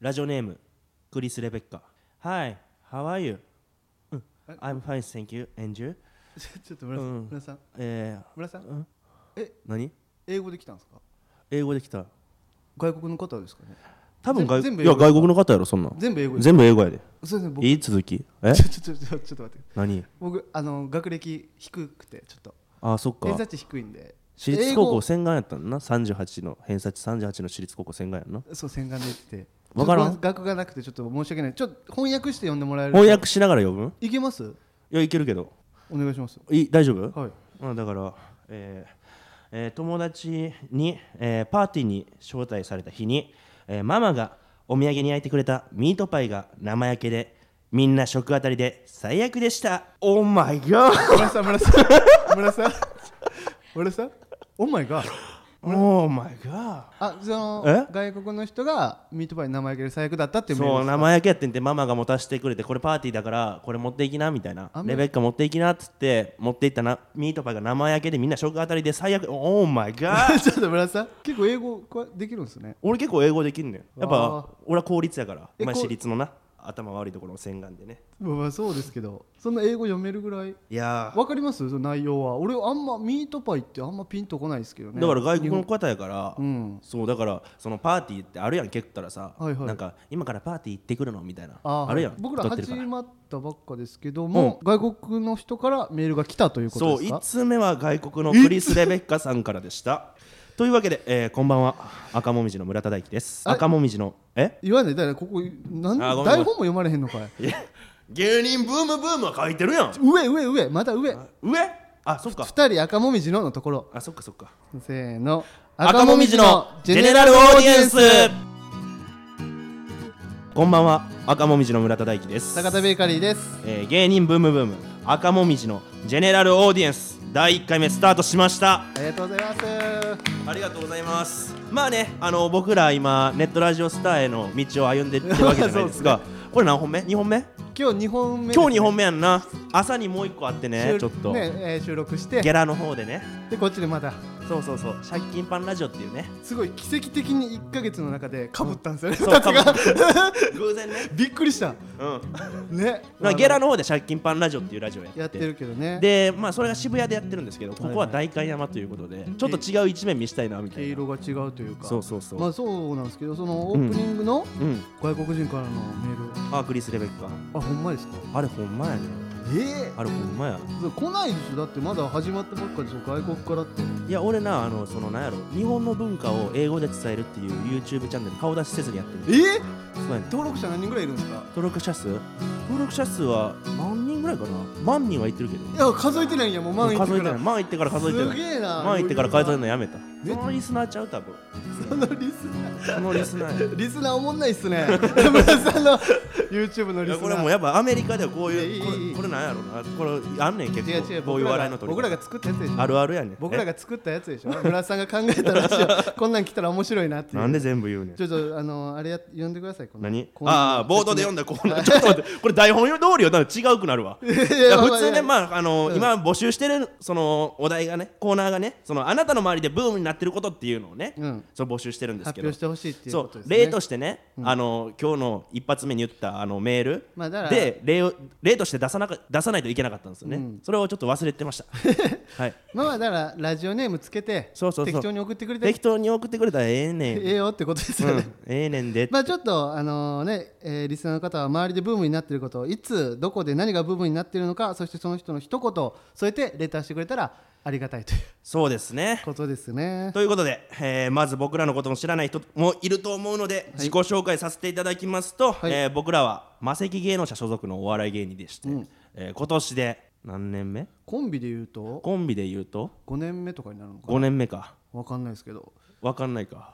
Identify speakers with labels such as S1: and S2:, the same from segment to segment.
S1: ラジオネームクリス・レベッカ Hi, how are you?
S2: あ
S1: I'm fine, thank you, and you?
S2: ちょ ちょっと村さん、
S1: うん
S2: 村さん
S1: え
S2: 村さ
S1: ー、
S2: ん
S1: うん
S2: え
S1: 何
S2: 英語で来たんですか
S1: 英語できた
S2: 外国の方ですかね
S1: 多分外
S2: 全
S1: い
S2: 部
S1: や外国の方やろそんなん
S2: 全部英語です
S1: 全部英語やで
S2: そうですね僕
S1: いい続き え
S2: ちょちょちょちょちょっと待って
S1: 何
S2: 僕あの学歴低くてちょっと
S1: あそっ
S2: 偏
S1: か
S2: 差値低いんで
S1: 私立高
S2: 英
S1: 校
S2: 語
S1: 洗顔やったんだな38の偏差値38の私立高校洗顔やんな
S2: そう洗顔で言ってて
S1: わからん
S2: ちょっと学がなくてちょっと申し訳ないちょっと翻訳して呼んでもらえる
S1: 翻訳しながら呼ぶん
S2: いけます
S1: いやいけるけど
S2: お願いします
S1: い大丈夫
S2: はい
S1: うん、だから、えーえー友達に、えーパーティーに招待された日に、えーママがお土産に焼いてくれたミートパイが生焼けでみんな食あたりで最悪でしたオーマイガー
S2: 村さん村さん 村さん村さんオーマイガー
S1: オーマイガ
S2: あその
S1: え
S2: 外国の人がミートパイに生焼けで最悪だったって
S1: ー
S2: いうメール
S1: そ
S2: で
S1: う
S2: す
S1: 生焼けやってんてママが持たせてくれてこれパーティーだからこれ持っていきなみたいな
S2: あんま
S1: レベッカ持っていきなっつって持っていったなミートパイが生焼けでみんな食あたりで最悪オーマイガー
S2: ちょっと村さん結構英語こうできるんですね
S1: 俺結構英語できんねんやっ
S2: あー
S1: ぱ俺は公立やから
S2: え
S1: まあ
S2: こう
S1: 私立のな頭悪いところの洗顔でね
S2: まあまあそうですけどそんな英語読めるぐらい
S1: いやー
S2: わかりますその内容は俺あんまミートパイってあんまピンとこないですけどね
S1: だから外国の方やから、
S2: うん
S1: そうだからそのパーティーってあるやん結構ったらさ、
S2: はいはい
S1: なんか今からパーティー行ってくるのみたいな
S2: あ
S1: あ
S2: ー
S1: るやん
S2: 僕ら
S1: 撮ってる
S2: 始
S1: から
S2: まったばっかですけども、外国の人からメールが来たというこ
S1: そう
S2: とです
S1: 1
S2: か
S1: 通目は外国のクリス・レベッカさんからでしたというわけで、えーこんばんは赤もみじの村田大樹です
S2: あ
S1: 赤もみじのえ
S2: 言わないだからここなん
S1: あーごめんごめん
S2: 台本も読まれへんのかい
S1: いや芸人ブームブームは書いてるやん
S2: 上上上また上
S1: 上あそっか
S2: 二人赤もみじののところ
S1: あそっかそっか
S2: せーの
S1: 赤もみじのジェネラルオーディエンスこんばんは赤もみじの村田大樹です
S2: 坂田ベーカリーです
S1: えー芸人ブームブーム赤もみじのジェネラルオーディエンス第1回目スタートしました
S2: ありがとうございます
S1: ありがとうございますまあねあの僕ら今ネットラジオスターへの道を歩んでってるわけじゃないです かこれ何本目 ?2 本目
S2: 今日二本目ですね
S1: 今日2本目やんな朝にもう1個あってね
S2: 収
S1: ちょっと、
S2: ねえー収録して
S1: ゲラの方でね
S2: でこっちでまた
S1: そうそうそう借金パンラジオって いうね
S2: すごい奇跡的に1か月の中でかぶったんですよね、
S1: そう
S2: 2つが
S1: 偶然ね
S2: びっくりした
S1: うん
S2: ね
S1: まあゲラ
S2: の
S1: の方で借金パンラジオっていうラジオやって
S2: やってるけどね
S1: でまあそれが渋谷でやってるんですけどここは
S2: は
S1: 代官山ということでちょっと違う一面見したいなみた
S2: 毛
S1: いな
S2: 色が違うというか
S1: そうそうそう、
S2: まあそうなんですけどそのオープニングの
S1: うん
S2: 外国人からのメール、
S1: あクリス・レベッカ
S2: あほんまですか
S1: あれほんまやね
S2: え
S1: あれほんまや
S2: え来ないでしょだってまだ始まったばっかでしょ外国からって
S1: いや俺なあのそのなんやろ日本の文化を英語で伝えるっていう YouTube チャンネル顔出しせずにやってる
S2: ええ
S1: そうやねん
S2: 登録者何人ぐらいいるんですか
S1: 登録者数登録者数は何人ぐらいかな万人は言ってるけど
S2: いや数えてないんやもう満員
S1: 数えてない
S2: い
S1: 万いってから数えてな
S2: すげ
S1: い
S2: えな
S1: 万いってから数えて
S2: な
S1: ないやめた
S2: え
S1: そのリスナーちゃう多分
S2: そのリスナー
S1: そのリスナーや
S2: リスナーおもんないっす ね 村さんの YouTube の
S1: い
S2: リス
S1: や
S2: ナー
S1: これもうやっぱアメリカではこうい
S2: いうや
S1: こ
S2: いいいい
S1: れこれなんやろなこれあんねん結
S2: 違う違う
S1: 構こういう笑いの取り
S2: 僕らが作ったやつでしょ
S1: あるあるやねん
S2: 僕らが作ったやつでしょ村さんが考えたらしいよこんなん来たら面白いなって
S1: え
S2: いう
S1: なんで全部言うねん
S2: ちょっとあのあれや呼んでくださいこの
S1: 何
S2: コーナ
S1: ああ冒頭で読んだコーナー ちょっと待ってこれ台本通りよだから違うくなるわい
S2: いや
S1: や
S2: まあまあ
S1: 普通
S2: いや
S1: ねまああの
S2: うん
S1: 今募集してるそのお題がねコーナーがねそのあなたの周りでブームになってることっていうのをね
S2: うん
S1: そう募集してるんです
S2: 発
S1: けど
S2: 表してほしいっていう
S1: そ
S2: こと
S1: う
S2: ですね
S1: 例としてねあの今日の一発目に言ったあのメール
S2: まあだから
S1: で例を例として出さなか出さないといけなかったんですよ
S2: う
S1: ね
S2: ん
S1: それをちょっと忘れてました はい
S2: まあまあだからラジオネームつけて
S1: そうそうそう
S2: 適当に送ってくれて
S1: 適当に送ってくれたらええねん
S2: ええよってことです
S1: う
S2: よ
S1: ん
S2: ね、
S1: ええねんで
S2: まあちょっとあのね、えーリスナーの方は周りでブームになっていることいつどこで何がブームになっているのかそしてその人の一言を添えてレターしてくれたらありがたいという
S1: そうですね
S2: ことですね
S1: ということで、えーまず僕らのことも知らない人もいると思うので、自己紹介させていただきますと、
S2: はい
S1: えー僕らは魔石芸能者所属のお笑い芸人でして、えー今年で何年目
S2: コンビで言うと
S1: コンビで言うと
S2: 5年目とかになるのか
S1: 5年目か
S2: わかんないですけど
S1: 分かんない か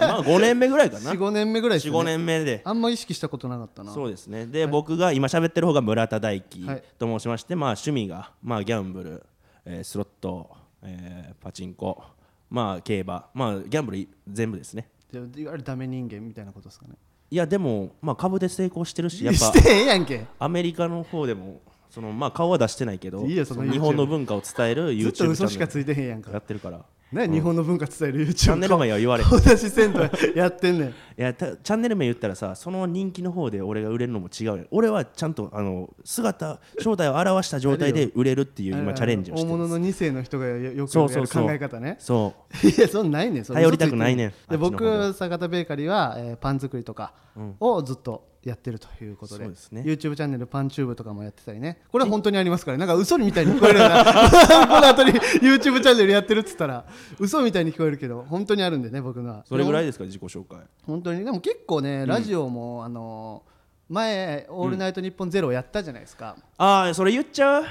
S1: まあ5年目ぐらいかな
S2: 45年目ぐらいです
S1: 45
S2: よね
S1: 年目で
S2: あんま意識したことなかったな
S1: そうですねで、僕が今喋ってる方が村田大樹
S2: はい
S1: と申しまして、まあ趣味が、まあ、ギャンブル、えースロット、えーパチンコまあ競馬まあギャンブル全部ですね
S2: じゃあいわゆるダメ人間みたいなことですかね
S1: いやでも、まあ、株で成功してるしやっぱ
S2: してへんやんけ
S1: アメリカの方でもその、まあ、顔は出してないけど
S2: いいよその
S1: 日本の文化を伝える YouTube
S2: ずっと嘘し
S1: チ
S2: か
S1: ャン
S2: ついてへんやん
S1: ネルや
S2: か
S1: ってるから
S2: ね、日本の文化伝える YouTube
S1: チャンネル名は言わ れへん
S2: 顔出しせんとやってんねん
S1: いやたチャンネル名言ったらさその人気の方で俺が売れるのも違うよ俺はちゃんとあの姿正体を表した状態で売れるっていう今チャレンジをして
S2: 大物
S1: る
S2: の2世の人がよよく
S1: そ
S2: や
S1: うそう
S2: る
S1: そう
S2: 考え方ね
S1: そう
S2: いやそんなんないねんそれ
S1: 頼りたくないねん
S2: 嘘つてるで
S1: あっちの方では
S2: 僕坂田ベーカリーは、えーパン作りとかをずっとやってるということで,、
S1: そうですね
S2: YouTube チャンネルパンチューブとかもやってたりねこれは本当にありますからねなんか嘘みたいに聞こえるよ なこの後に YouTube チャンネルやってるっつったら嘘みたいに聞こえるけど本当にあるんでね僕のは
S1: それぐらいですか自己紹介
S2: 本当にでも結構ねラジオも、あの前「オールナイトニッポンゼロやったじゃないですか、
S1: ああそれ言っちゃう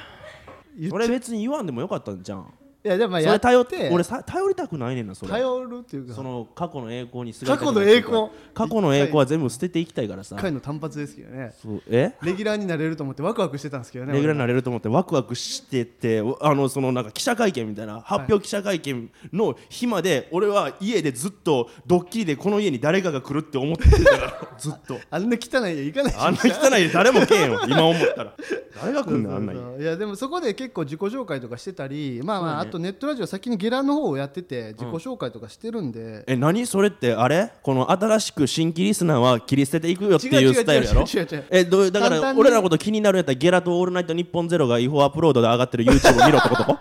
S2: 言っちゃう
S1: 俺別に言わんでもよかったんじゃん
S2: いやでもまあ
S1: そ
S2: や
S1: れ
S2: って
S1: 頼って俺さ頼りたくないねんなそれ
S2: 頼るっていうか
S1: その過去の栄光にす
S2: 過去の栄光
S1: 過去の栄光は全部捨てていきたいからさ
S2: 1回の単発ですけどね
S1: そうえ
S2: レギュラーになれると思ってワクワクしてたんですけどね
S1: レギュラーになれると思ってワクワクしてておあのそのなんか記者会見みたいな発表記者会見の日まで俺は家でずっとドッキリでこの家に誰かが来るって思ってたから ずっと
S2: 俺あんな汚い家行かないし
S1: あんな汚い家誰も来 へんよ今思ったら誰が来んねんあんな家
S2: いやでもそこで結構自己紹介とかしてたりまあま
S1: そう
S2: あ、あ
S1: ね
S2: とネットラジオ先にゲラの方をやってて自己紹介とかしてるんで、
S1: え何それってあれこの新しく新規リスナーは切り捨てていくよって
S2: 違う
S1: い
S2: 違
S1: う
S2: う
S1: スタイルやろ
S2: 違う違う違う
S1: えどうだか
S2: 簡
S1: ら
S2: 単に
S1: 俺らのこと気になるんやったらゲラとオールナイトニッポンゼロが違法アップロードで上がってる YouTube 見ろってこと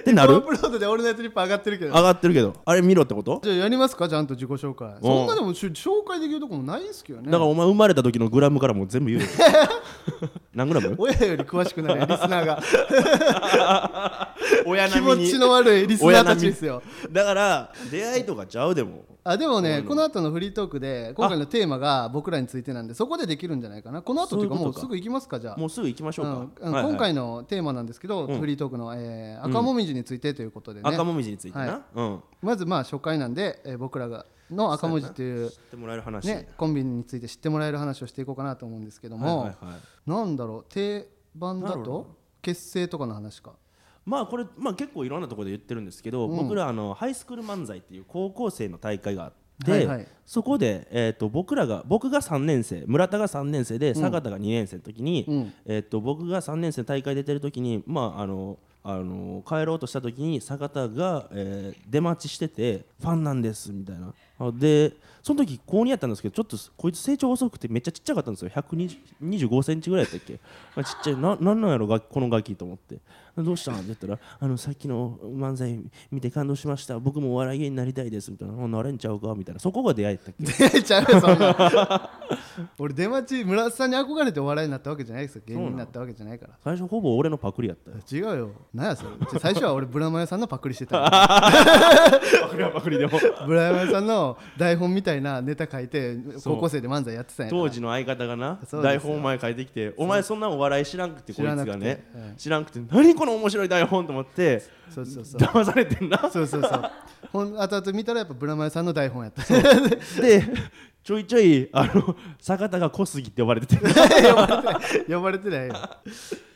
S1: ってな
S2: アッ
S1: る
S2: プロードで「オールナイトニッポン」上がってるけ
S1: 上
S2: ど
S1: がってるけどあれ見ろってこと
S2: じゃあやりますかちゃんと自己紹介そんなでもし紹介できるとこもないですけどね
S1: だからお前生まれた時のグラムからもう全部言うよ何グラム
S2: 親より詳し くないリスナーが
S1: 親
S2: 気持ちの悪いリスナーたちですよ
S1: だから出会いとかちゃうでも
S2: あでもねこの後のフリートークで今回のテーマが僕らについてなんでそこでできるんじゃないかなこの後というか
S1: そういう
S2: も
S1: こ
S2: う
S1: とか
S2: すぐ行きますかじゃあ
S1: もうすぐ行きましょうか、
S2: うん
S1: はいはい
S2: 今回のテーマなんですけど、フリートークの、えー赤もみじについてということでね、
S1: 赤もみじについてな、
S2: はい
S1: うん
S2: まずまあ初回なんで、えー僕らがの赤もみじっていう
S1: 知ってもらえる話
S2: ねコンビについて知ってもらえる話をしていこうかなと思うんですけども、
S1: はいはいはい
S2: なんだろう定番だ
S1: なんだろ
S2: と結成とかの話か
S1: まあこれ、まあ、結構いろんなところで言ってるんですけど、僕らあのハイスクール漫才っていう高校生の大会があって、
S2: はいはい
S1: そこで、えー、と僕らが僕が3年生村田が3年生で坂田が2年生の時に、
S2: うん
S1: えー、と僕が3年生の大会出てる時に、まあ、あのあの帰ろうとした時に坂田が、えー出待ちしてて「ファンなんです」みたいな。あでその時高2やったんですけどちょっとこいつ成長遅くてめっちゃちっちゃかったんですよ1 2 5センチぐらいやったっけ、まあ、ちっちゃいななんなんやろガキこのガキと思ってどうしたんって言ったらあのさっきの漫才見て感動しました僕もお笑い芸人になりたいですみたいなあなれんちゃうかみたいなそこが出会いやったっけ
S2: 出ちゃうよそんな 俺出待ち村田さんに憧れてお笑いになったわけじゃないですよ芸人になったわけじゃないから
S1: 最初ほぼ俺のパクリやったよ
S2: 違うよ何やそれじゃあ最初は俺ブラマヨさんのパクリしてた
S1: パクリはパクリでも
S2: ブラマヨさんの台本みたいなネタ書いて高校生で漫才やってたんやか ら
S1: 当時の相方がな
S2: そうです
S1: 台
S2: よ
S1: 本を前書いてきて「お前そんなお笑い知らんくてこ
S2: 知
S1: いつ
S2: らなくて
S1: がね
S2: うん
S1: 知らんくて何この面白い台本」と思って
S2: そうそうそう
S1: 騙されてんな
S2: そうそうそう。ほん後々見たらやっぱブラマヨさんの台本やった。
S1: でちょいちょいあの坂田が小杉って呼ばれてて
S2: 呼ばれてないよ。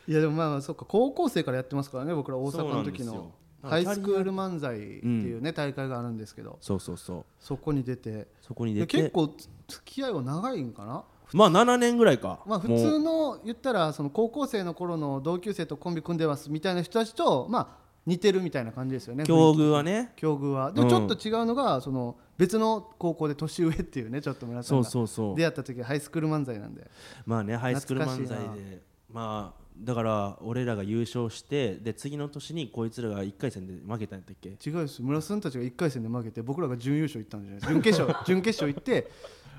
S2: いやでもまあまあそっか高校生からやってますからね僕ら大阪の時
S1: そうなんですよ
S2: のハイスクール漫才っていうね大会があるんですけど
S1: そうそうそう
S2: そこに出て
S1: そこに出
S2: で
S1: て
S2: 結構付き合いは長いんかな。
S1: まあ7年ぐらいか
S2: まあ普
S1: もう
S2: 通の言ったらその高校生の頃の同級生とコンビ組んでますみたいな人たちとまあ似てるみたいな感じですよね。
S1: 境
S2: 雰囲
S1: 遇はね
S2: 気境遇はでもちょっと違うのがその別の高校で年上っていうねちょっと村田さ
S1: そ
S2: ん
S1: う
S2: が
S1: そうそう
S2: 出会った時はハイスクール漫才なんで
S1: まあねハイスクール漫才
S2: 懐かし
S1: でまあだから俺らが優勝してで次の年にこいつらが1回戦で負けたんやったっ け
S2: 違うです村田さんたちが1回戦で負けて僕らが準優勝行ったんじゃないですか準決勝 準決勝行って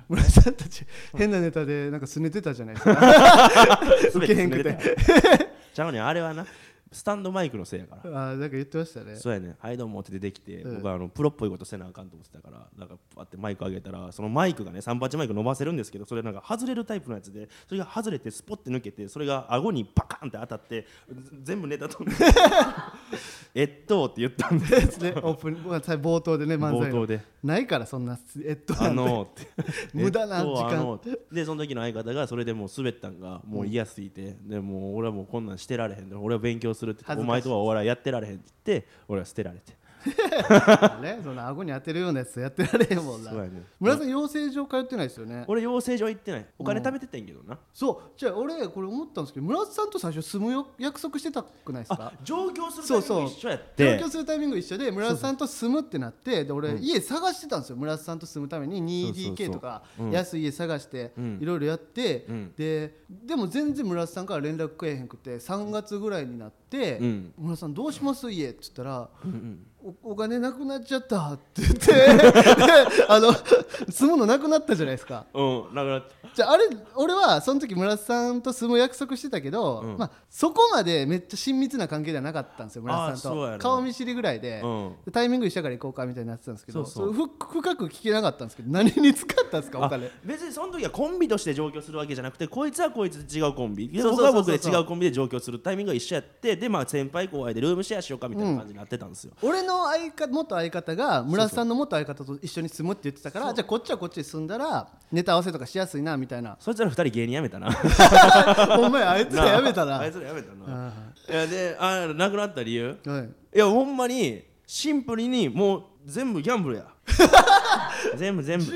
S2: 村田さんたち変なネタでなんかすねてたじゃないですか 受けへんく
S1: 全
S2: て
S1: てちゃうねんあれはなスタンドマイクのせいやから
S2: あーなんか言ってましたね
S1: そうやねはいどうもって出てきて、
S2: うん
S1: 僕はあのプロっぽいことせなあかんと思ってたからなんかパってマイク上げたらそのマイクがね3パチマイク伸ばせるんですけどそれなんか外れるタイプのやつでそれが外れてスポッて抜けてそれが顎にパカンって当たってぜ全部ネタ飛ん でえっとって言ったんで
S2: ですねオープン冒頭でね漫
S1: 冒
S2: 才
S1: 頭
S2: の
S1: で
S2: ないからそんなえっと
S1: あのーって
S2: 無駄な時
S1: えっと
S2: 間
S1: あのーってでその時の相方がそれでもう滑ったんがもう嫌すぎて、でもう俺はもうこんなんしてられへんで俺は勉強するって言って
S2: 恥ずかし
S1: お
S2: い
S1: 前とはお笑いやってられへんって言って俺は捨てられて
S2: ね、その顎に当てるようなやつやってられへんもんな
S1: そうやね
S2: 村田さん養成所通ってないですよね
S1: 俺養成所行ってないお金貯めててんけどな、
S2: そうじゃあ俺これ思ったんですけど村田さんと最初住むよ約束してたくないですか
S1: あ上京するタ
S2: そ
S1: イ
S2: う
S1: ミング
S2: そ
S1: 一
S2: う
S1: 緒やって
S2: 上京するタイミング一緒で村田さんと住むってなってで俺家探してたんですよ村田さんと住むため
S1: そ
S2: に
S1: うそうそう
S2: 2DK とか
S1: うん
S2: 安い家探して
S1: うん
S2: いろいろやって
S1: うん
S2: ででも全然村田さんから連絡くれへんくて3月ぐらいになって
S1: うん
S2: 「村田さんどうします家」って言ったら
S1: うんうん
S2: おお金なくなっちゃったって言って あの住むのなくなったじゃないですか
S1: うん、なくなっ
S2: じゃああれ俺はその時村田さんと住む約束してたけど、
S1: うん
S2: まあ、そこまでめっちゃ親密な関係ではなかったんですよ村田さん
S1: あーそうや
S2: と
S1: ろ
S2: 顔見知りぐらいで
S1: た、うん
S2: でタイミング一緒やから行こうかみたいになってたんですけど
S1: そうそう
S2: れふ深く聞けなかったんですけど何に使ったんですかお金
S1: あ別にその時はコンビとして上京するわけじゃなくてこいつはこいつで違うコンビ
S2: そうそう
S1: 僕
S2: そう
S1: は
S2: そう
S1: 僕で違うコンビで上京するタイミングが一緒やってでまあ先輩後輩でルームシェアしようかみたいな感じになってたんですよ、
S2: 俺の相方元相方が村田さんの元相方と一緒に住むって言ってたからじゃあこっちはこっちで住んだらネタ合わせとかしやすいなみた いな
S1: そいつら二人芸人辞めたな
S2: お前あいつら やめた な
S1: あいつら辞めたないやであなくなった理由
S2: うんはい
S1: いやほんまにシンプルにもう全部ギャンブル や全部全部
S2: 18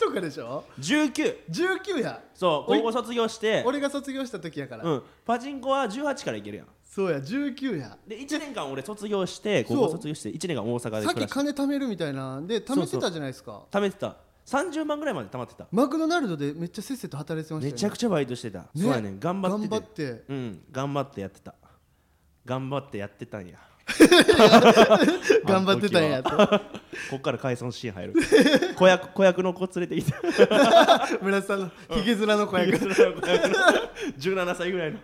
S2: とかでしょ
S1: 19
S2: 19や
S1: そう
S2: おい
S1: 高校卒業して、
S2: 俺が卒業した時やから、
S1: うん、パチンコは18からいけるやん
S2: そうや19や
S1: で1年間俺卒業して
S2: そう
S1: 高校卒業して1年間大阪で
S2: さっ
S1: 暮
S2: き
S1: らして
S2: 金貯めるみたいなんで貯めてたじゃないですか
S1: 貯めてた30万ぐらいまで貯まってた
S2: マクドナルドでめっちゃせっせと働いてました
S1: め
S2: よ、ね、
S1: ちゃくちゃバイトしてた、そうやねん頑張ってて
S2: 頑張って
S1: うん頑張ってやってた頑張ってやってたんや
S2: 頑張ってたんやと
S1: こっから解散シーン入る 子役子役の子連れてきた
S2: 村田さんのひげ面の子役、
S1: 17歳ぐらいの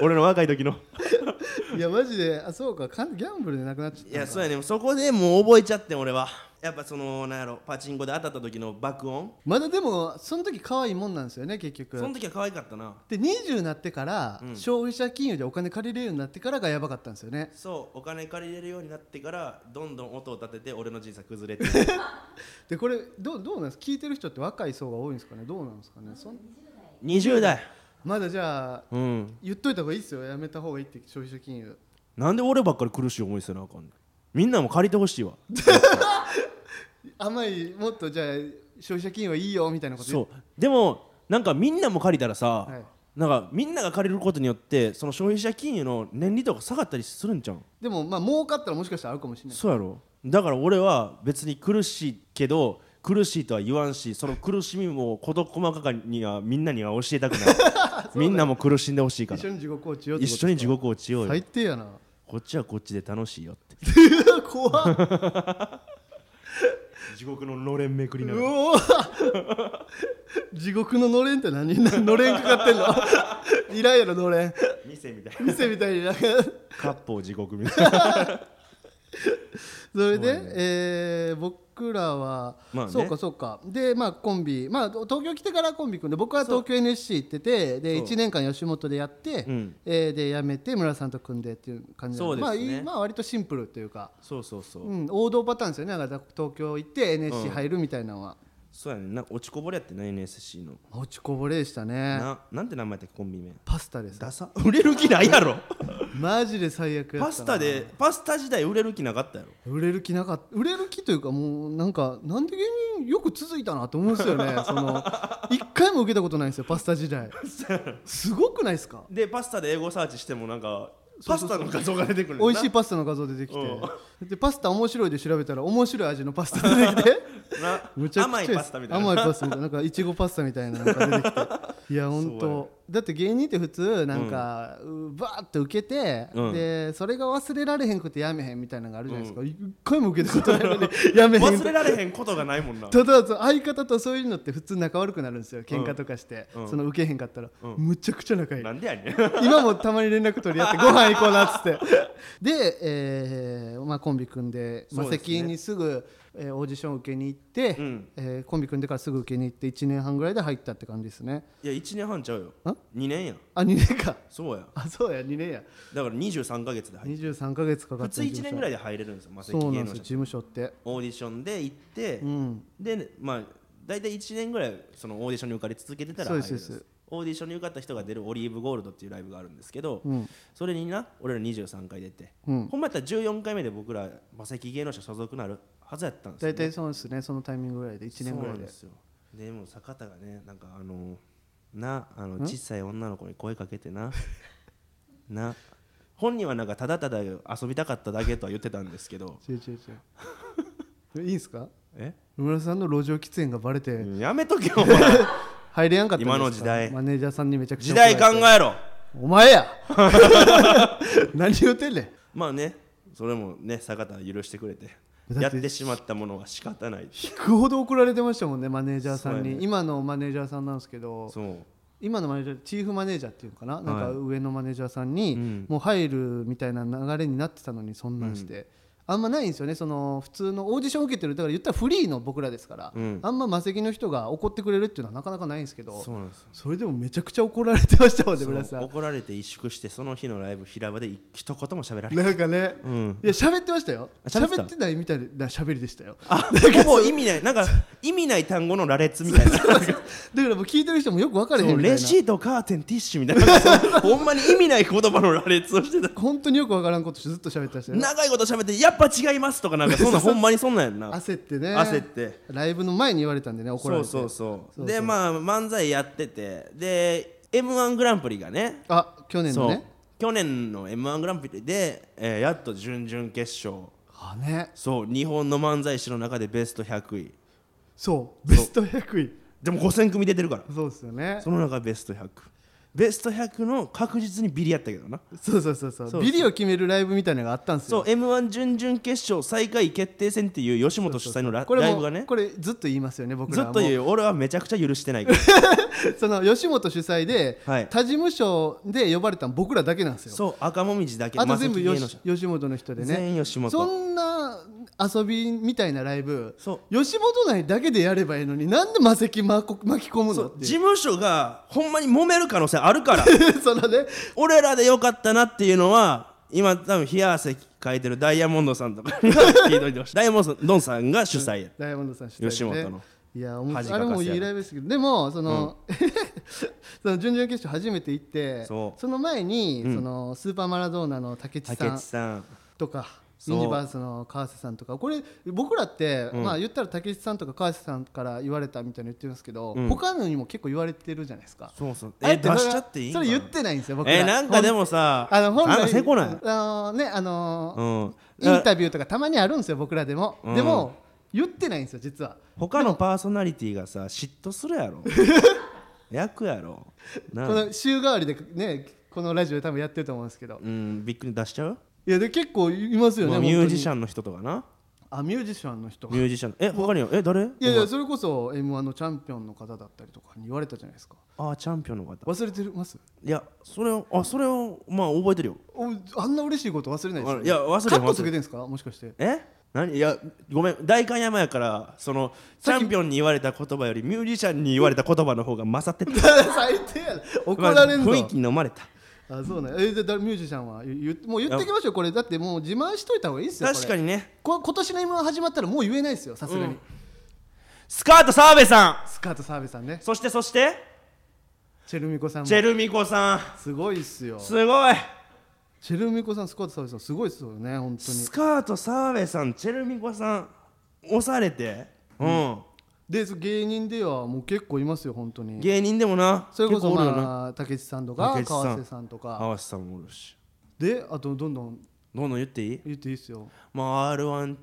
S1: 俺の若い時の
S2: いやマジであそうかかんギャンブルでなくなっちゃった
S1: いやそうやねんそこでもう覚えちゃってん俺はやっぱそのなんやろパチンコで当たった時の爆音
S2: まだでもその時可愛いもんなんですよね結局
S1: その時は可愛かったな
S2: で20になってから、
S1: うん
S2: 消費者金融でお金借りれるようになってからがやばかったんですよね
S1: そうお金借りれるようになってからどんどん音を立てて俺の人生崩れて
S2: でこれどうどうなんです聞いてる人って若い層が多いんですかねどうなんですかねそん
S1: 20代
S2: まだじゃあ
S1: うん
S2: 言っといた方がいいですよやめた方がいいって消費者金融
S1: なんで俺ばっかり苦しい思いしてなあかんねんみんなも借りてほしい わ
S2: 甘いもっとじゃあ消費者金融はいいよみたいなこと言
S1: そうでもなんかみんなも借りたらさ、
S2: はい
S1: なんかみんなが借りることによってその消費者金融の年利とか下がったりするんじゃん、
S2: でもまあ儲かったらもしかしたらあるかもしれない
S1: そうやろだから俺は別に苦しいけど苦しいとは言わんしその苦しみも事細かかにはみんなには教え たくないみんなも苦しんでほしいから
S2: 一緒に地獄落ちようって
S1: 一
S2: こと
S1: 緒に地獄落ちようよ、
S2: 最低やな
S1: こっちはこっちで楽しいよって
S2: 怖っ
S1: 地獄ののれんめくりな
S2: う
S1: がら
S2: おー地獄ののれんって何 の れんかかってんのいらんやろのれん
S1: 店みたいな
S2: 店みたいになんか
S1: 割烹地獄みたいな
S2: それで、えー僕らは、
S1: まあね
S2: そうかそうかでまあコンビまあ東京来てからコンビ組んで僕は東京 NSC 行っててで
S1: そう
S2: 1年間吉本でやって、
S1: うん
S2: えーで辞めて村さんと組んでっていう感じなん
S1: そうですね
S2: まあいい、まあ割とシンプルというか、
S1: そうそうそう、
S2: うん、王道パターンですよねだから東京行って NSC 入るみたいなのは、
S1: そうやねんな落ちこぼれやってな NSC の、
S2: 落ちこぼれでしたね
S1: ななんて名前やったっけコンビ名
S2: パスタです
S1: ダサ売れる気ないやろ
S2: マジで最悪やったな
S1: パスタでパスタ時代売れる気なかったやろ
S2: 売れる気なかった売れる気というかもうなんかなんで芸人よく続いたなと思うんですよ ねその一回も受けたことないんですよパスタ時代すごくないですか
S1: でパスタで英語サーチしてもなんか
S2: そ
S1: パ
S2: うそうそ
S1: ス
S2: う
S1: タの画像が出てくるねんな
S2: 美味しいパスタの画像出てきてでパスタ面白いで調べたら面白い味のパスタ出てき て
S1: な
S2: むちゃくちゃ
S1: 甘いパスタみたいな
S2: 甘いパスタみたいななんかいちごパスタみたいなのが出て きていやほん
S1: そうや
S2: とだって芸人って普通なんか、うバーッと受けて、
S1: うん
S2: でそれが忘れられへんくてやめへんみたいなのがあるじゃないですか、一回も受けたことないのにやめへん
S1: 忘れられへんことがないもん な
S2: ただその相方とそういうのって普通仲悪くなるんですよ喧嘩とかして、
S1: うん
S2: その受けへんかったら、
S1: うん
S2: むちゃくちゃ仲いい
S1: なんで やねん
S2: 今もたまに連絡取り 合ってご飯行こうなっつってで、えーまあ、コンビ組んで
S1: そうですね
S2: 責任、にすぐ、えーオーディション受けに行って、
S1: うん
S2: えーコンビ組んでからすぐ受けに行って1年半ぐらいで入ったって感じですね
S1: いや1年半ちゃうよ
S2: ん
S1: 2年や
S2: あ2年か
S1: そうや
S2: あそうや2年や
S1: だから23か月で入る
S2: 23か月かか
S1: 普
S2: って
S1: 通1年ぐ
S2: らい
S1: らいで入れるんですよマセ
S2: そ
S1: キ
S2: うな
S1: 芸
S2: んで
S1: 能
S2: すよ事
S1: 者
S2: 務所って
S1: オーディションで行って
S2: うん
S1: でまあ大体1年ぐらいそのオーディションに受かり続けてたら
S2: そう
S1: 入
S2: で
S1: れ
S2: す
S1: るんで
S2: そうで
S1: す
S2: す
S1: オーディションに受かった人が出るオリーブゴールドっていうライブがあるんですけど、
S2: うん
S1: それにな俺ら23回出て、
S2: うん
S1: ほんまやったら14回目で僕ら魔石芸能者所属なるはずやったんですよ
S2: 大体そうですねそのタイミングぐらいで1年ぐ
S1: そう
S2: らい
S1: なん
S2: で
S1: ですよでも坂田がねなんかあのなあの小さい女の子に声かけてな な本人はなんかただただ遊びたかっただけとは言ってたんですけど
S2: 違う違う違う いいんすか
S1: え、
S2: 野村さんの路上喫煙がバレて、
S1: やめとけお前
S2: 入れやんかったんですか
S1: 今の時代
S2: マネージャーさんにめちゃくちゃ
S1: 時代
S2: 怒
S1: 考
S2: られて
S1: えろ
S2: お前や 何言うてんねん
S1: まあねそれもね坂田は許してくれて
S2: って
S1: やってしまったものは仕方ない
S2: 引くほど怒られてましたもんねマネージャーさん
S1: そう
S2: に、
S1: やね
S2: 今のマネージャーさんなんですけど
S1: そう
S2: 今のマネージャーチーフマネージャーっていうのかな,、なんか
S1: はい
S2: 上のマネージャーさんに、
S1: うん
S2: もう入るみたいな流れになってたのにそんなんして、あんまないんですよねその普通のオーディション受けてるだから言ったらフリーの僕らですから、
S1: うん
S2: あんま魔石の人が怒ってくれるっていうのはなかなかないんですけど
S1: そうなんですよ
S2: それでもめちゃくちゃ怒られてましたもんね
S1: そう
S2: 村さん
S1: 怒られて萎縮してその日のライブ平場で一言も喋られない
S2: なんかね、
S1: うん
S2: いや喋ってましたよ
S1: あ喋ってた
S2: 喋ってないみたいな喋りでしたよ
S1: あほぼ意味ないなんか意味ない単語の羅列みたいな
S2: だからもう聞いてる人もよく分かれへ
S1: そ
S2: ん
S1: う
S2: みた
S1: レ
S2: いな
S1: シートカーテンティッシュみたいなほんまに意味ない言葉の羅列をしてた
S2: 本当によく分からんことしてずっと喋ってましたよね
S1: 長いこと喋ってやっぱ違いますとかなんかそんなほんまにそんなんやんな
S2: 焦ってね
S1: 焦って
S2: ライブの前に言われたんでね怒ら
S1: そ
S2: れ
S1: う
S2: て
S1: そうそう
S2: そうそう
S1: でまあ漫才やっててで m 1グランプリがね
S2: あ去年の
S1: そう
S2: ね
S1: 去年の m 1グランプリで、えーやっと準々決勝
S2: あね
S1: そう日本の漫才師の中でベスト100位
S2: そうベスト100位
S1: でも5000組出てるから
S2: そうですよね
S1: その中ベスト100ベスト100の確実にビリやったけどな
S2: そうそうそうそう
S1: そう
S2: ビリを決めるライブみたいなのがあったんです
S1: そう
S2: よ
S1: m 1準々決勝最下位決定戦っていう吉本主催のラ
S2: これ
S1: ライ
S2: も
S1: ブがね
S2: これずっと言いますよね僕
S1: ず
S2: ら
S1: っ
S2: は
S1: と
S2: もう
S1: 言う俺はめちゃくちゃ許してないけど
S2: その吉本主催で、
S1: はい
S2: 他事務所で呼ばれたの僕らだけなんですよ
S1: そう赤もみじだけ
S2: あと全
S1: マ
S2: 部
S1: セキ芸
S2: よ
S1: 能
S2: し
S1: 者
S2: 吉本の人でね
S1: 全員吉本
S2: そんな遊びみたいなライブ
S1: そう
S2: 吉本内だけでやればいいのになんで魔石巻こ巻き込むのって
S1: 事
S2: いう
S1: 務所がほんまに揉める可能性あるから
S2: そのね
S1: 俺らでよかったなっていうのは今多分冷や汗かいてるダイヤモンドさんとかに聞いといてほしいダイヤモンドさんが主催や
S2: ダイヤモンドさん主催でね
S1: 吉本の
S2: いやおも
S1: 恥かかせ
S2: あれ
S1: やな
S2: もいいライブですけどでもその、 その準々決勝初めて行って
S1: そう
S2: の前に、
S1: うん
S2: そのスーパーマラドーナの竹内さ
S1: 竹
S2: ん
S1: 内さん
S2: とか
S1: そ
S2: ユ
S1: う
S2: ニバースの川瀬さんとかこれ僕らって、
S1: うん
S2: まあ言ったら竹内さんとか川瀬さんから言われたみたいなの言ってますけど、
S1: うん
S2: 他のにも結構言われてるじゃないですか
S1: そうそう
S2: あ
S1: え
S2: え
S1: 出
S2: てそれ
S1: しちゃっていいん
S2: そ
S1: か
S2: れ
S1: な
S2: 言ってないんですよ僕ら
S1: えなんかでもさ
S2: あの本来
S1: なんかせこない
S2: あのねあのー
S1: うん
S2: インタビューとかたまにあるんですよ僕らでも、
S1: うん
S2: でも言ってないんですよ実は
S1: 他のパーソナリティがさ嫉妬するや ろ役やろな
S2: この週替わりでねこのラジオで多分やってると思うんですけど
S1: うんびっくり出しちゃう、
S2: いやで結構いますよね、
S1: まあミュージシ
S2: ャン
S1: ャンの人とかな
S2: あミュージシャンの人
S1: ミュージシャンえ他にはえ誰
S2: いやいやそれこそ m 1のチャンピオンの方だったりとかに言われたじゃないですか
S1: あチャンピオンの方
S2: 忘れてます
S1: いやそれをあそれをまあ覚えてるよ
S2: おあんな嬉しいこと忘れないです
S1: あ
S2: よ、
S1: いや忘れて
S2: カッ
S1: 忘
S2: ト
S1: れて
S2: つけてんですかもし かして
S1: え何いやごめん代官山やからそのチャンピオンに言われた言葉よりミュージシャンに言われた言葉の方が勝ってた
S2: 最低やな 怒られんぞ、
S1: まあ雰囲気に飲まれた
S2: あそうなんやえでだミュージシャンはゆゆもう言ってきましょうこれだってもう自慢しといた方がいいですよ
S1: 確か
S2: に
S1: にね
S2: こ今年の m 1始まったらもう言えないですよさすがに、
S1: うんスカート澤部さ
S2: スカート澤部さんね
S1: んそしてそして
S2: チェルミコさんも
S1: チェルミコさん
S2: すごいっすよ
S1: すごい
S2: チェルミコさんスカート澤部さんすごいっすよね本当に
S1: スカート澤部さんチェルミコさん押されてうん、
S2: でそ芸人ではもう結構いますよ本当に
S1: 芸人でもな
S2: それこそ、
S1: 結構おるよな
S2: まあ、竹内さんとか
S1: 竹内さん
S2: 川瀬さんとか
S1: 淡瀬さんもおるし
S2: であとどんどん
S1: どんどん言っていい
S2: 言っていいっすよ
S1: まあ r 1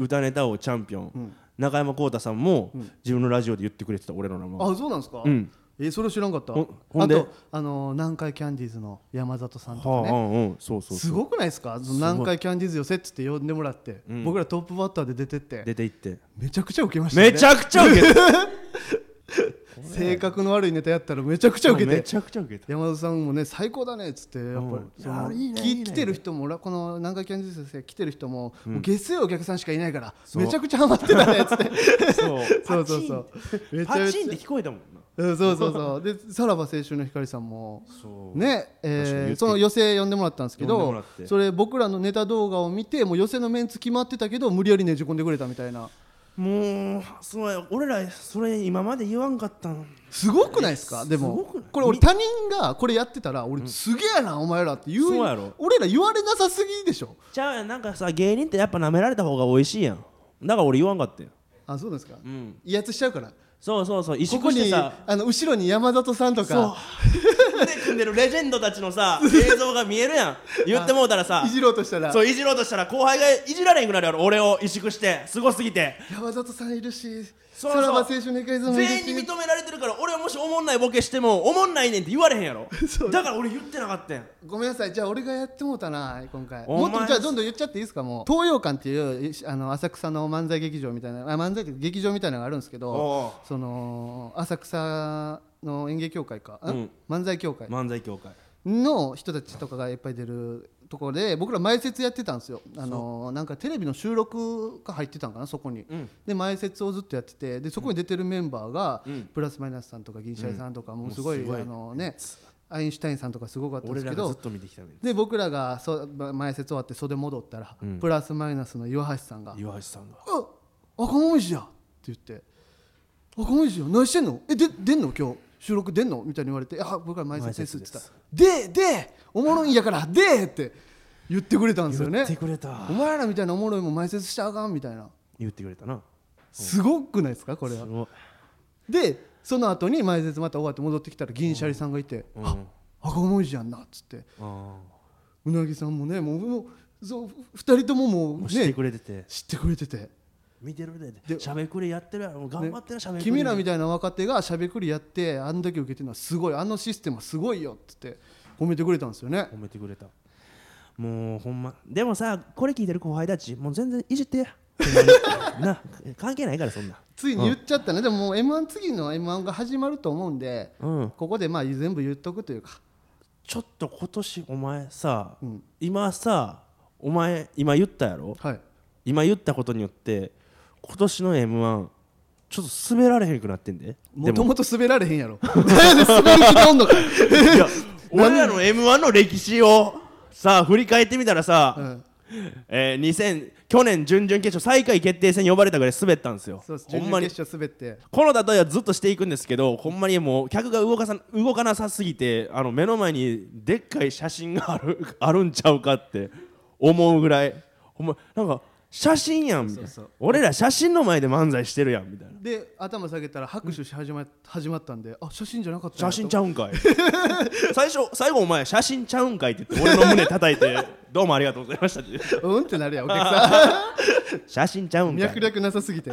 S1: 歌ネタ王チャンピオン、中山浩太さんも、自分のラジオで言ってくれてた俺の名前
S2: あそうなんですか、
S1: うん
S2: えそれ知らんかった
S1: ほほんで
S2: あとあの南海キャンディーズの山里さんとか
S1: は
S2: ね
S1: あ、うんうんそうそう
S2: すごくないですかその南海キャンディーズ寄せっつって呼んでもらって、
S1: ん
S2: 僕らトップバッターで出てって
S1: 出て行って
S2: めちゃくちゃ受けましたね
S1: めちゃくちゃウケた
S2: 性格の悪いネタやったらめちゃくちゃ受け
S1: め
S2: て
S1: ちゃくちゃウケた
S2: 山里さんもね最高だねっつってやっぱ
S1: う
S2: り
S1: ん
S2: その
S1: いやいいね
S2: き
S1: いいね
S2: 来てる人も俺はこの南海キャンディーズ先生来てる人も,、もう下水お客さんしかいないから
S1: う
S2: めちゃくちゃハマってたねっつって
S1: そう
S2: そうそうそうめちゃ
S1: パ
S2: め
S1: チンって
S2: ち
S1: 聞こえたもんな
S2: ゃうんそうそうそうでさらば青春の光さんも
S1: そう
S2: ね
S1: 確かに言っ
S2: えー
S1: て
S2: その寄席呼んでもらったんですけ
S1: 呼んでもら
S2: ど
S1: って
S2: それ僕らのネタ動画を見てもう寄席のメンツ決まってたけど無理やりねじ込んでくれたみたいな
S1: もうそうや俺らそれ今まで言わんかったん
S2: すごくないですかですも
S1: ごくない
S2: これ俺他人がこれやってたら俺すげえな、お前らって言う
S1: そうやろ
S2: 俺ら言われなさすぎでしょ
S1: ちゃうやんなんかさ芸人ってやっぱ舐められた方が美味しいやんだから俺言わんかったよ、
S2: あそうなんですか、
S1: うん、
S2: 威圧しちゃうから
S1: そうそうそう萎縮
S2: ここ
S1: して
S2: に
S1: さ
S2: あの後ろに山里さんと
S1: そう
S2: か
S1: 腕組んでるレジェンドたちのさ映像が見えるやん言ってもうたらさ
S2: いじろうとしたら
S1: そういじろうとしたら後輩がいじられんくなるやろ俺を萎縮してすごすぎて
S2: 山里さんいるし
S1: そうそう
S2: さらば青春の光もいるし
S1: 全員に認められてるから俺はもしおもんないボケしてもおもんないねんって言われへんやろ
S2: そう
S1: だから俺言ってなかったやん
S2: ごめんなさいじゃあ俺がやってもうたな今回
S1: お
S2: も
S1: 前
S2: っとじゃあどんどん言っちゃっていいですかもう東洋館っていうあの浅草の漫才劇場みたいなあ漫才っていうか劇場みたいなのがあるんですけ
S1: おうおう
S2: どその浅草の演芸協会か、ん漫才協会
S1: 漫才協会
S2: の人たちとかがいっぱい出るところで僕ら前説やってたんですよあのなんかテレビの収録が入ってたんかなそこに、
S1: ん
S2: で前説をずっとやっててでそこに出てるメンバーが、
S1: うん
S2: プラスマイナスさんとか銀シャリさんとか、もうすごい
S1: もうすごい
S2: あのねアインシュタインさんとかすごかったんで
S1: 俺
S2: す
S1: ら
S2: け
S1: がず
S2: ど
S1: っと見てきたのに
S2: で僕らがそま前説終わって袖戻ったら、
S1: うん
S2: プラスマイナスの岩橋さんが「
S1: 岩橋さんが
S2: あ赤もみじや」って言って「赤もみじや何してんのえで出んの今日収録出んの?」みたいに言われて「あ僕ら前説です」って言ったらででおもろいんやからで」って言ってくれたんですよ
S1: 言
S2: ね
S1: ってくれ
S2: お
S1: た
S2: 前らみたいなおもろいもん前説しちゃあかんみたいな
S1: 言ってくれたな
S2: すごくないですかこれ
S1: す
S2: は
S1: ごい
S2: でその後に前説また終わって戻ってきたら銀シャリさんがいて「あ赤もみじやんな」っつって
S1: あ
S2: うなぎさんもねもうもうそう2人ともも
S1: ー
S2: う
S1: も
S2: ね
S1: うしてくれてて、
S2: 知ってくれてて、
S1: 見てるで
S2: で
S1: しゃべくりやってるやろもう頑張ってるしゃべくり
S2: 君らみたいな若手がしゃべくりやってあんだけ受けてるのはすごいあのシステムはすごいよっつって褒めてくれたんですよね
S1: 褒めてくれたもうほんまでもさこれ聞いてる後輩たちもう全然いじってや ほんまにな関係ないからそんな
S2: ついに言っちゃったね、でももう m 1次の m 1が始まると思うんで、
S1: うん
S2: ここでまあ全部言っとくというか
S1: ちょっと今年お前さ、
S2: うん
S1: 今さお前今言ったやろ
S2: はい
S1: 今言ったことによって今年の m 1ちょっと滑られへんくなってんで
S2: もと
S1: も
S2: もと滑られへんやろ なんで滑りきとんのか
S1: いや 俺らの m 1の歴史をさ振り返ってみたらさ、
S2: うん
S1: えー2000去年準々決勝最下位決定戦に呼ばれたぐらい滑ったんですよ
S2: そうです
S1: ほ
S2: 準
S1: んま
S2: 々
S1: に
S2: 決勝滑って
S1: この例えはずっとしていくんですけどほんまにもう客が動かさ動かなさすぎてあの目の前にでっかい写真がある あるんちゃうかって思うぐらいほんまなんか写真やんみたいな
S2: そうそう
S1: 俺ら写真の前で漫才してるやんみたいな
S2: で頭下げたら拍手し始ま,、始まったんであ写真じゃなかった
S1: 写真ち
S2: ゃ
S1: ゃうんかい 最初最後お前写真ちゃうんかいって言って俺の胸叩いてどうもありがとうございましたって言って
S2: うんってなるやんお客さん
S1: 写真ちゃうんかい
S2: 脈略なさ すぎて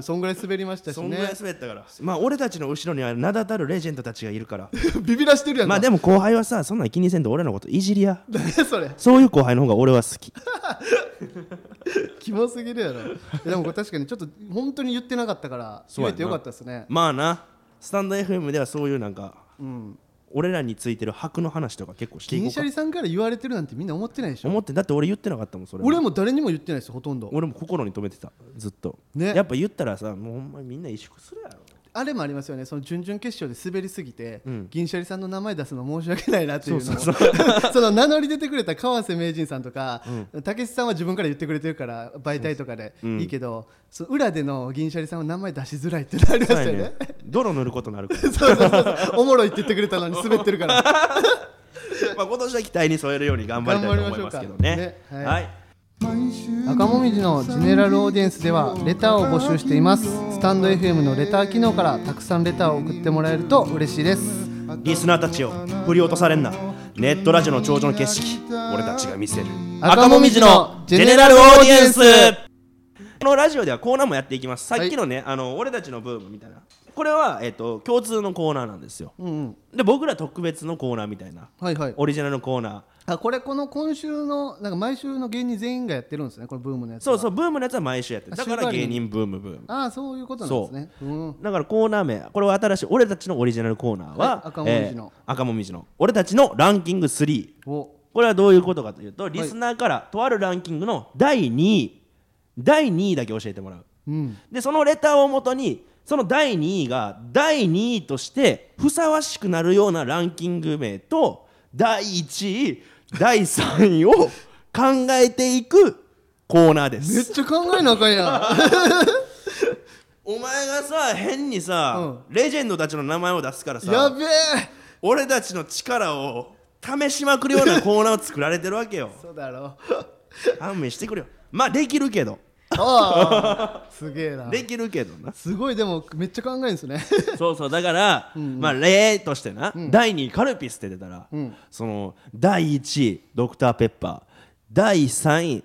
S2: そんぐらい滑りましたし
S1: そんぐら
S2: ね
S1: い滑ったからまあ俺たちの後ろには名だたるレジェンドたちがいるから
S2: ビビらしてるやん
S1: ま
S2: な
S1: あでも後輩はさそんなん気にせんと俺のこといじりや
S2: 何 やそれ
S1: そういう後輩の方が俺は好き。
S2: キモすぎるやろいやでもこれ確かにちょっと本当に言ってなかったから
S1: そう
S2: 言
S1: や
S2: え
S1: な
S2: てよかったですね
S1: まあな、スタンド FM ではそういうなんか、
S2: うん
S1: 俺らについてる箔の話とか結構していこ
S2: 銀
S1: う
S2: シャ
S1: か。
S2: リさんから言われてるなんてみんな思ってないでしょ
S1: 思ってんだって俺言ってなかったもんそれは
S2: 俺も誰にも言ってないですよほとんど
S1: 俺も心に留めてたずっと、
S2: ね
S1: やっぱ言ったらさもうほんまにみんな萎縮するやろ
S2: あれもありますよねその準々決勝で滑りすぎて、
S1: うん
S2: 銀シャリさんの名前出すの申し訳ないなっていうのを
S1: そ
S2: そ
S1: う
S2: の名乗り出てくれた川瀬名人さんとかたけしさんは自分から言ってくれてるから媒体とかで
S1: うん
S2: いいけど、そう裏での銀シャリさんは名前出しづらいってなりましたよ
S1: そうや
S2: ね
S1: ね泥塗ることになるから
S2: そうそうそうそうおもろいって言ってくれたのに滑ってるから
S1: まあ今年は期待に添えるように頑張りたいと思いますけどね
S2: 頑張りましょうかね
S1: は、
S2: はい赤もみじのジェネラルオーディエンスではレターを募集していますスタンド FM のレター機能からたくさんレターを送ってもらえると嬉しいです
S1: リスナーたちを振り落とされんなネットラジオの頂上の景色俺たちが見せる
S2: 赤
S1: 赤
S2: も
S1: も
S2: み
S1: み
S2: じ
S1: じ
S2: の
S1: の
S2: ジ
S1: ジ
S2: ェ
S1: ェ
S2: ネ
S1: ネ
S2: ラ
S1: ラ
S2: ル
S1: ル
S2: オ
S1: オ
S2: ー
S1: ー
S2: デ
S1: デ
S2: ィ
S1: ィ
S2: エ
S1: エ
S2: ン
S1: ン
S2: ス
S1: スこのラジオではコーナーもやっていきますさっきのね、あの俺たちのブームみたいなこれは、えっと共通のコーナーなんですよ
S2: うんうん
S1: で僕ら特別のコーナーみたいな
S2: はいはい
S1: オリジナルのコーナー
S2: あこれこの今週のなんか毎週の芸人全員がやってるんですねこれブームのやつ
S1: そう
S2: う
S1: そうブームのやつは毎週やってるだか
S2: 週替
S1: ら
S2: わりに
S1: 芸人ブームブーム
S2: ああそういうことなんですねうん
S1: だからコーナー名これは新しい俺たちのオリジナルコーナーは、
S2: はい赤もみじの
S1: えー赤もみじの俺たちのランキング3
S2: お
S1: これはどういうことかというとリスナーからとあるランキングの第2位第2位だけ教えてもらう
S2: うん
S1: でそのレターをもとにその第2位が第2位としてふさわしくなるようなランキング名と第1位第3位を考えていくコーナーで
S2: めっ
S1: す
S2: ちゃ考えなあかんやん
S1: お前がさ変にさ、レジェンドたちの名前を出すから
S2: や
S1: さ
S2: べえ
S1: 俺たちの力を試しまくるようなコーナーを作られてるわけよ
S2: そうだろ
S1: 勘弁してくれよまあできるけど
S2: ああすげえな
S1: できるけどな
S2: すごいでもめっちゃ考えるんですね
S1: そうそうだから、まあ例としてな、第2位カルピスって出たら、
S2: ん
S1: その第1位ドクターペッパー第3位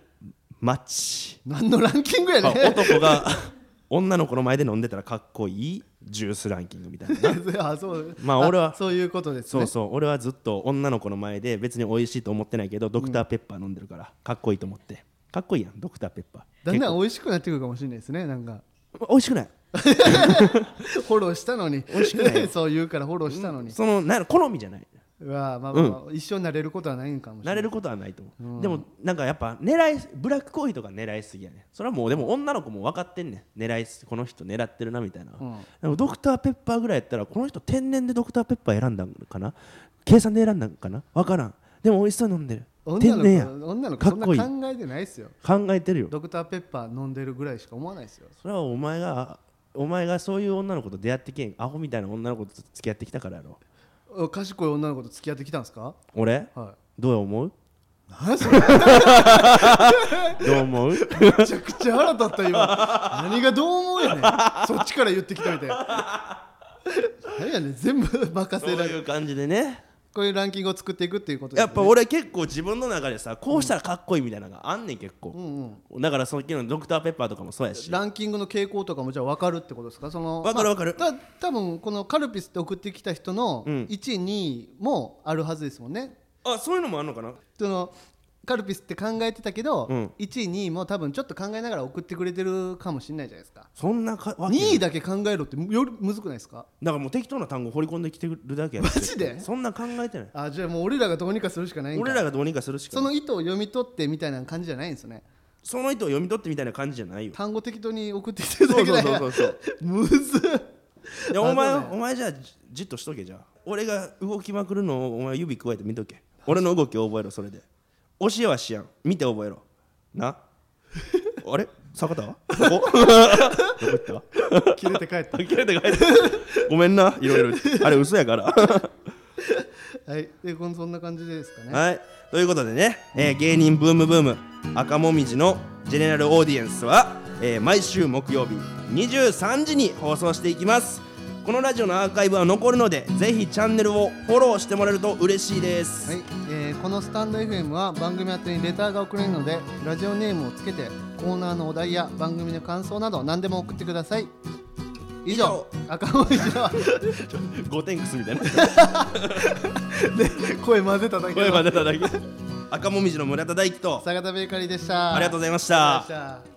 S1: マッチ、
S2: 何のランキングやね
S1: まあ男が 女の子の前で飲んでたらかっこいいジュースランキングみたいな
S2: あそう
S1: まあ俺は
S2: そういうことです
S1: そう
S2: ね
S1: そう俺はずっと女の子の前で別に美味しいと思ってないけどドクターペッパー飲んでるからかっこいいと思ってかっこいいやんドクターペッパー
S2: だんだ
S1: 結
S2: ん美味しくなってくるかもしれないですねなんか
S1: 構美味しくない
S2: フォローしたのに
S1: 美味しくない
S2: そう言うからフォローしたのに、
S1: そのなんやろ好みじゃない
S2: わあまあまあまあ、一緒になれることはないんかもしれ
S1: な
S2: ない
S1: れることはないと思う、でもなんかやっぱ狙いブラックコーヒーとか狙いすぎやねそれはもうでも女の子も分かってんねん狙いすこの人狙ってるなみたいな、
S2: ん
S1: でもドクターペッパーぐらいやったらこの人天然でドクターペッパー選んだんかな計算で選んだんかな分からんでも美味しそうに飲んでる
S2: 女
S1: 天然や
S2: の子女の子
S1: か
S2: そ
S1: っ
S2: んな
S1: こいい
S2: 考えてないですよ
S1: 考えてるよ
S2: ドクターペッパー飲んでるぐらいしか思わないですよ
S1: それはお前がお前がそういう女の子と出会ってけんアホみたいな女の子と付き合ってきたからやろ
S2: お賢い女の子と付き合ってきたんですか
S1: 俺
S2: は
S1: どう思う
S2: い何それ
S1: どう思う
S2: めちゃくちゃ腹立った今 何がどう思うやねんそっちから言ってきといて何やねん全部任
S1: そう
S2: せられる
S1: いう感じでね
S2: こういうランキングを作っていくっていうことです、
S1: や
S2: ね、
S1: っぱ俺結構自分の中でさこうしたらかっこいいみたいなのがあんねん結構、
S2: うんうん
S1: だからそっきのドクターペッパーとかもそうやし
S2: ランキングの傾向とかもじゃあ分かるってことですかその
S1: 分かる
S2: まあ
S1: 分かる
S2: た多分このカルピスって送ってきた人の
S1: うん
S2: 1位、2位もあるはずですもんね
S1: あそういうのもあんのかな
S2: そのカルピスって考えてたけど、
S1: うん
S2: 1位2位も多分ちょっと考えながら送ってくれてるかもしれないじゃないですか
S1: そんなかわけ
S2: 2位だけ考えろってよりむずくないですか
S1: だからもう適当な単語掘り込んできてるだけやって
S2: マジで
S1: そんな考えてない
S2: あじゃあもう俺らがどうにかするしかないんか
S1: 俺らがどうにかするしか
S2: そ
S1: ない
S2: の意図を読み取ってみたいな感じじゃないんですよね
S1: その人を読み取ってみたいな感じじゃないよ
S2: 単語適当に送ってきてるだ
S1: そう
S2: け
S1: そう
S2: だ
S1: そうそう
S2: よ
S1: そう
S2: むずっ
S1: いやお前
S2: あそうね
S1: お前じゃあじじっとしとけじゃあ俺が動きまくるのをお前指加えて見とけ俺の動きを覚えろそれで教えはしやん見て覚えろなあれ坂田はどこ どこ行った
S2: 切れて帰った
S1: 切れて帰ってごめんないろいろあれ嘘や から
S2: はい、でこんそんな感じですかね。
S1: はいということでね、えー芸人ブームブーム赤もみじのジェネラルオーディエンスは、えー毎週木曜日23時に放送していきますこのラジオのアーカイブは残るのでぜひチャンネルをフォローしてもらえると嬉しいです、
S2: はい、えーこのスタンド FM は番組宛てにレターが送れるのでラジオネームをつけてコーナーのお題や番組の感想など何でも送ってください以上赤文字 の
S1: ゴテンクスみたいな
S2: で声混ぜただけ
S1: 声
S2: の
S1: までただけ赤もみじの村田大樹と
S2: 坂田ベーカリーでした
S1: ありがとうございまし
S2: ありが
S1: た
S2: とうございました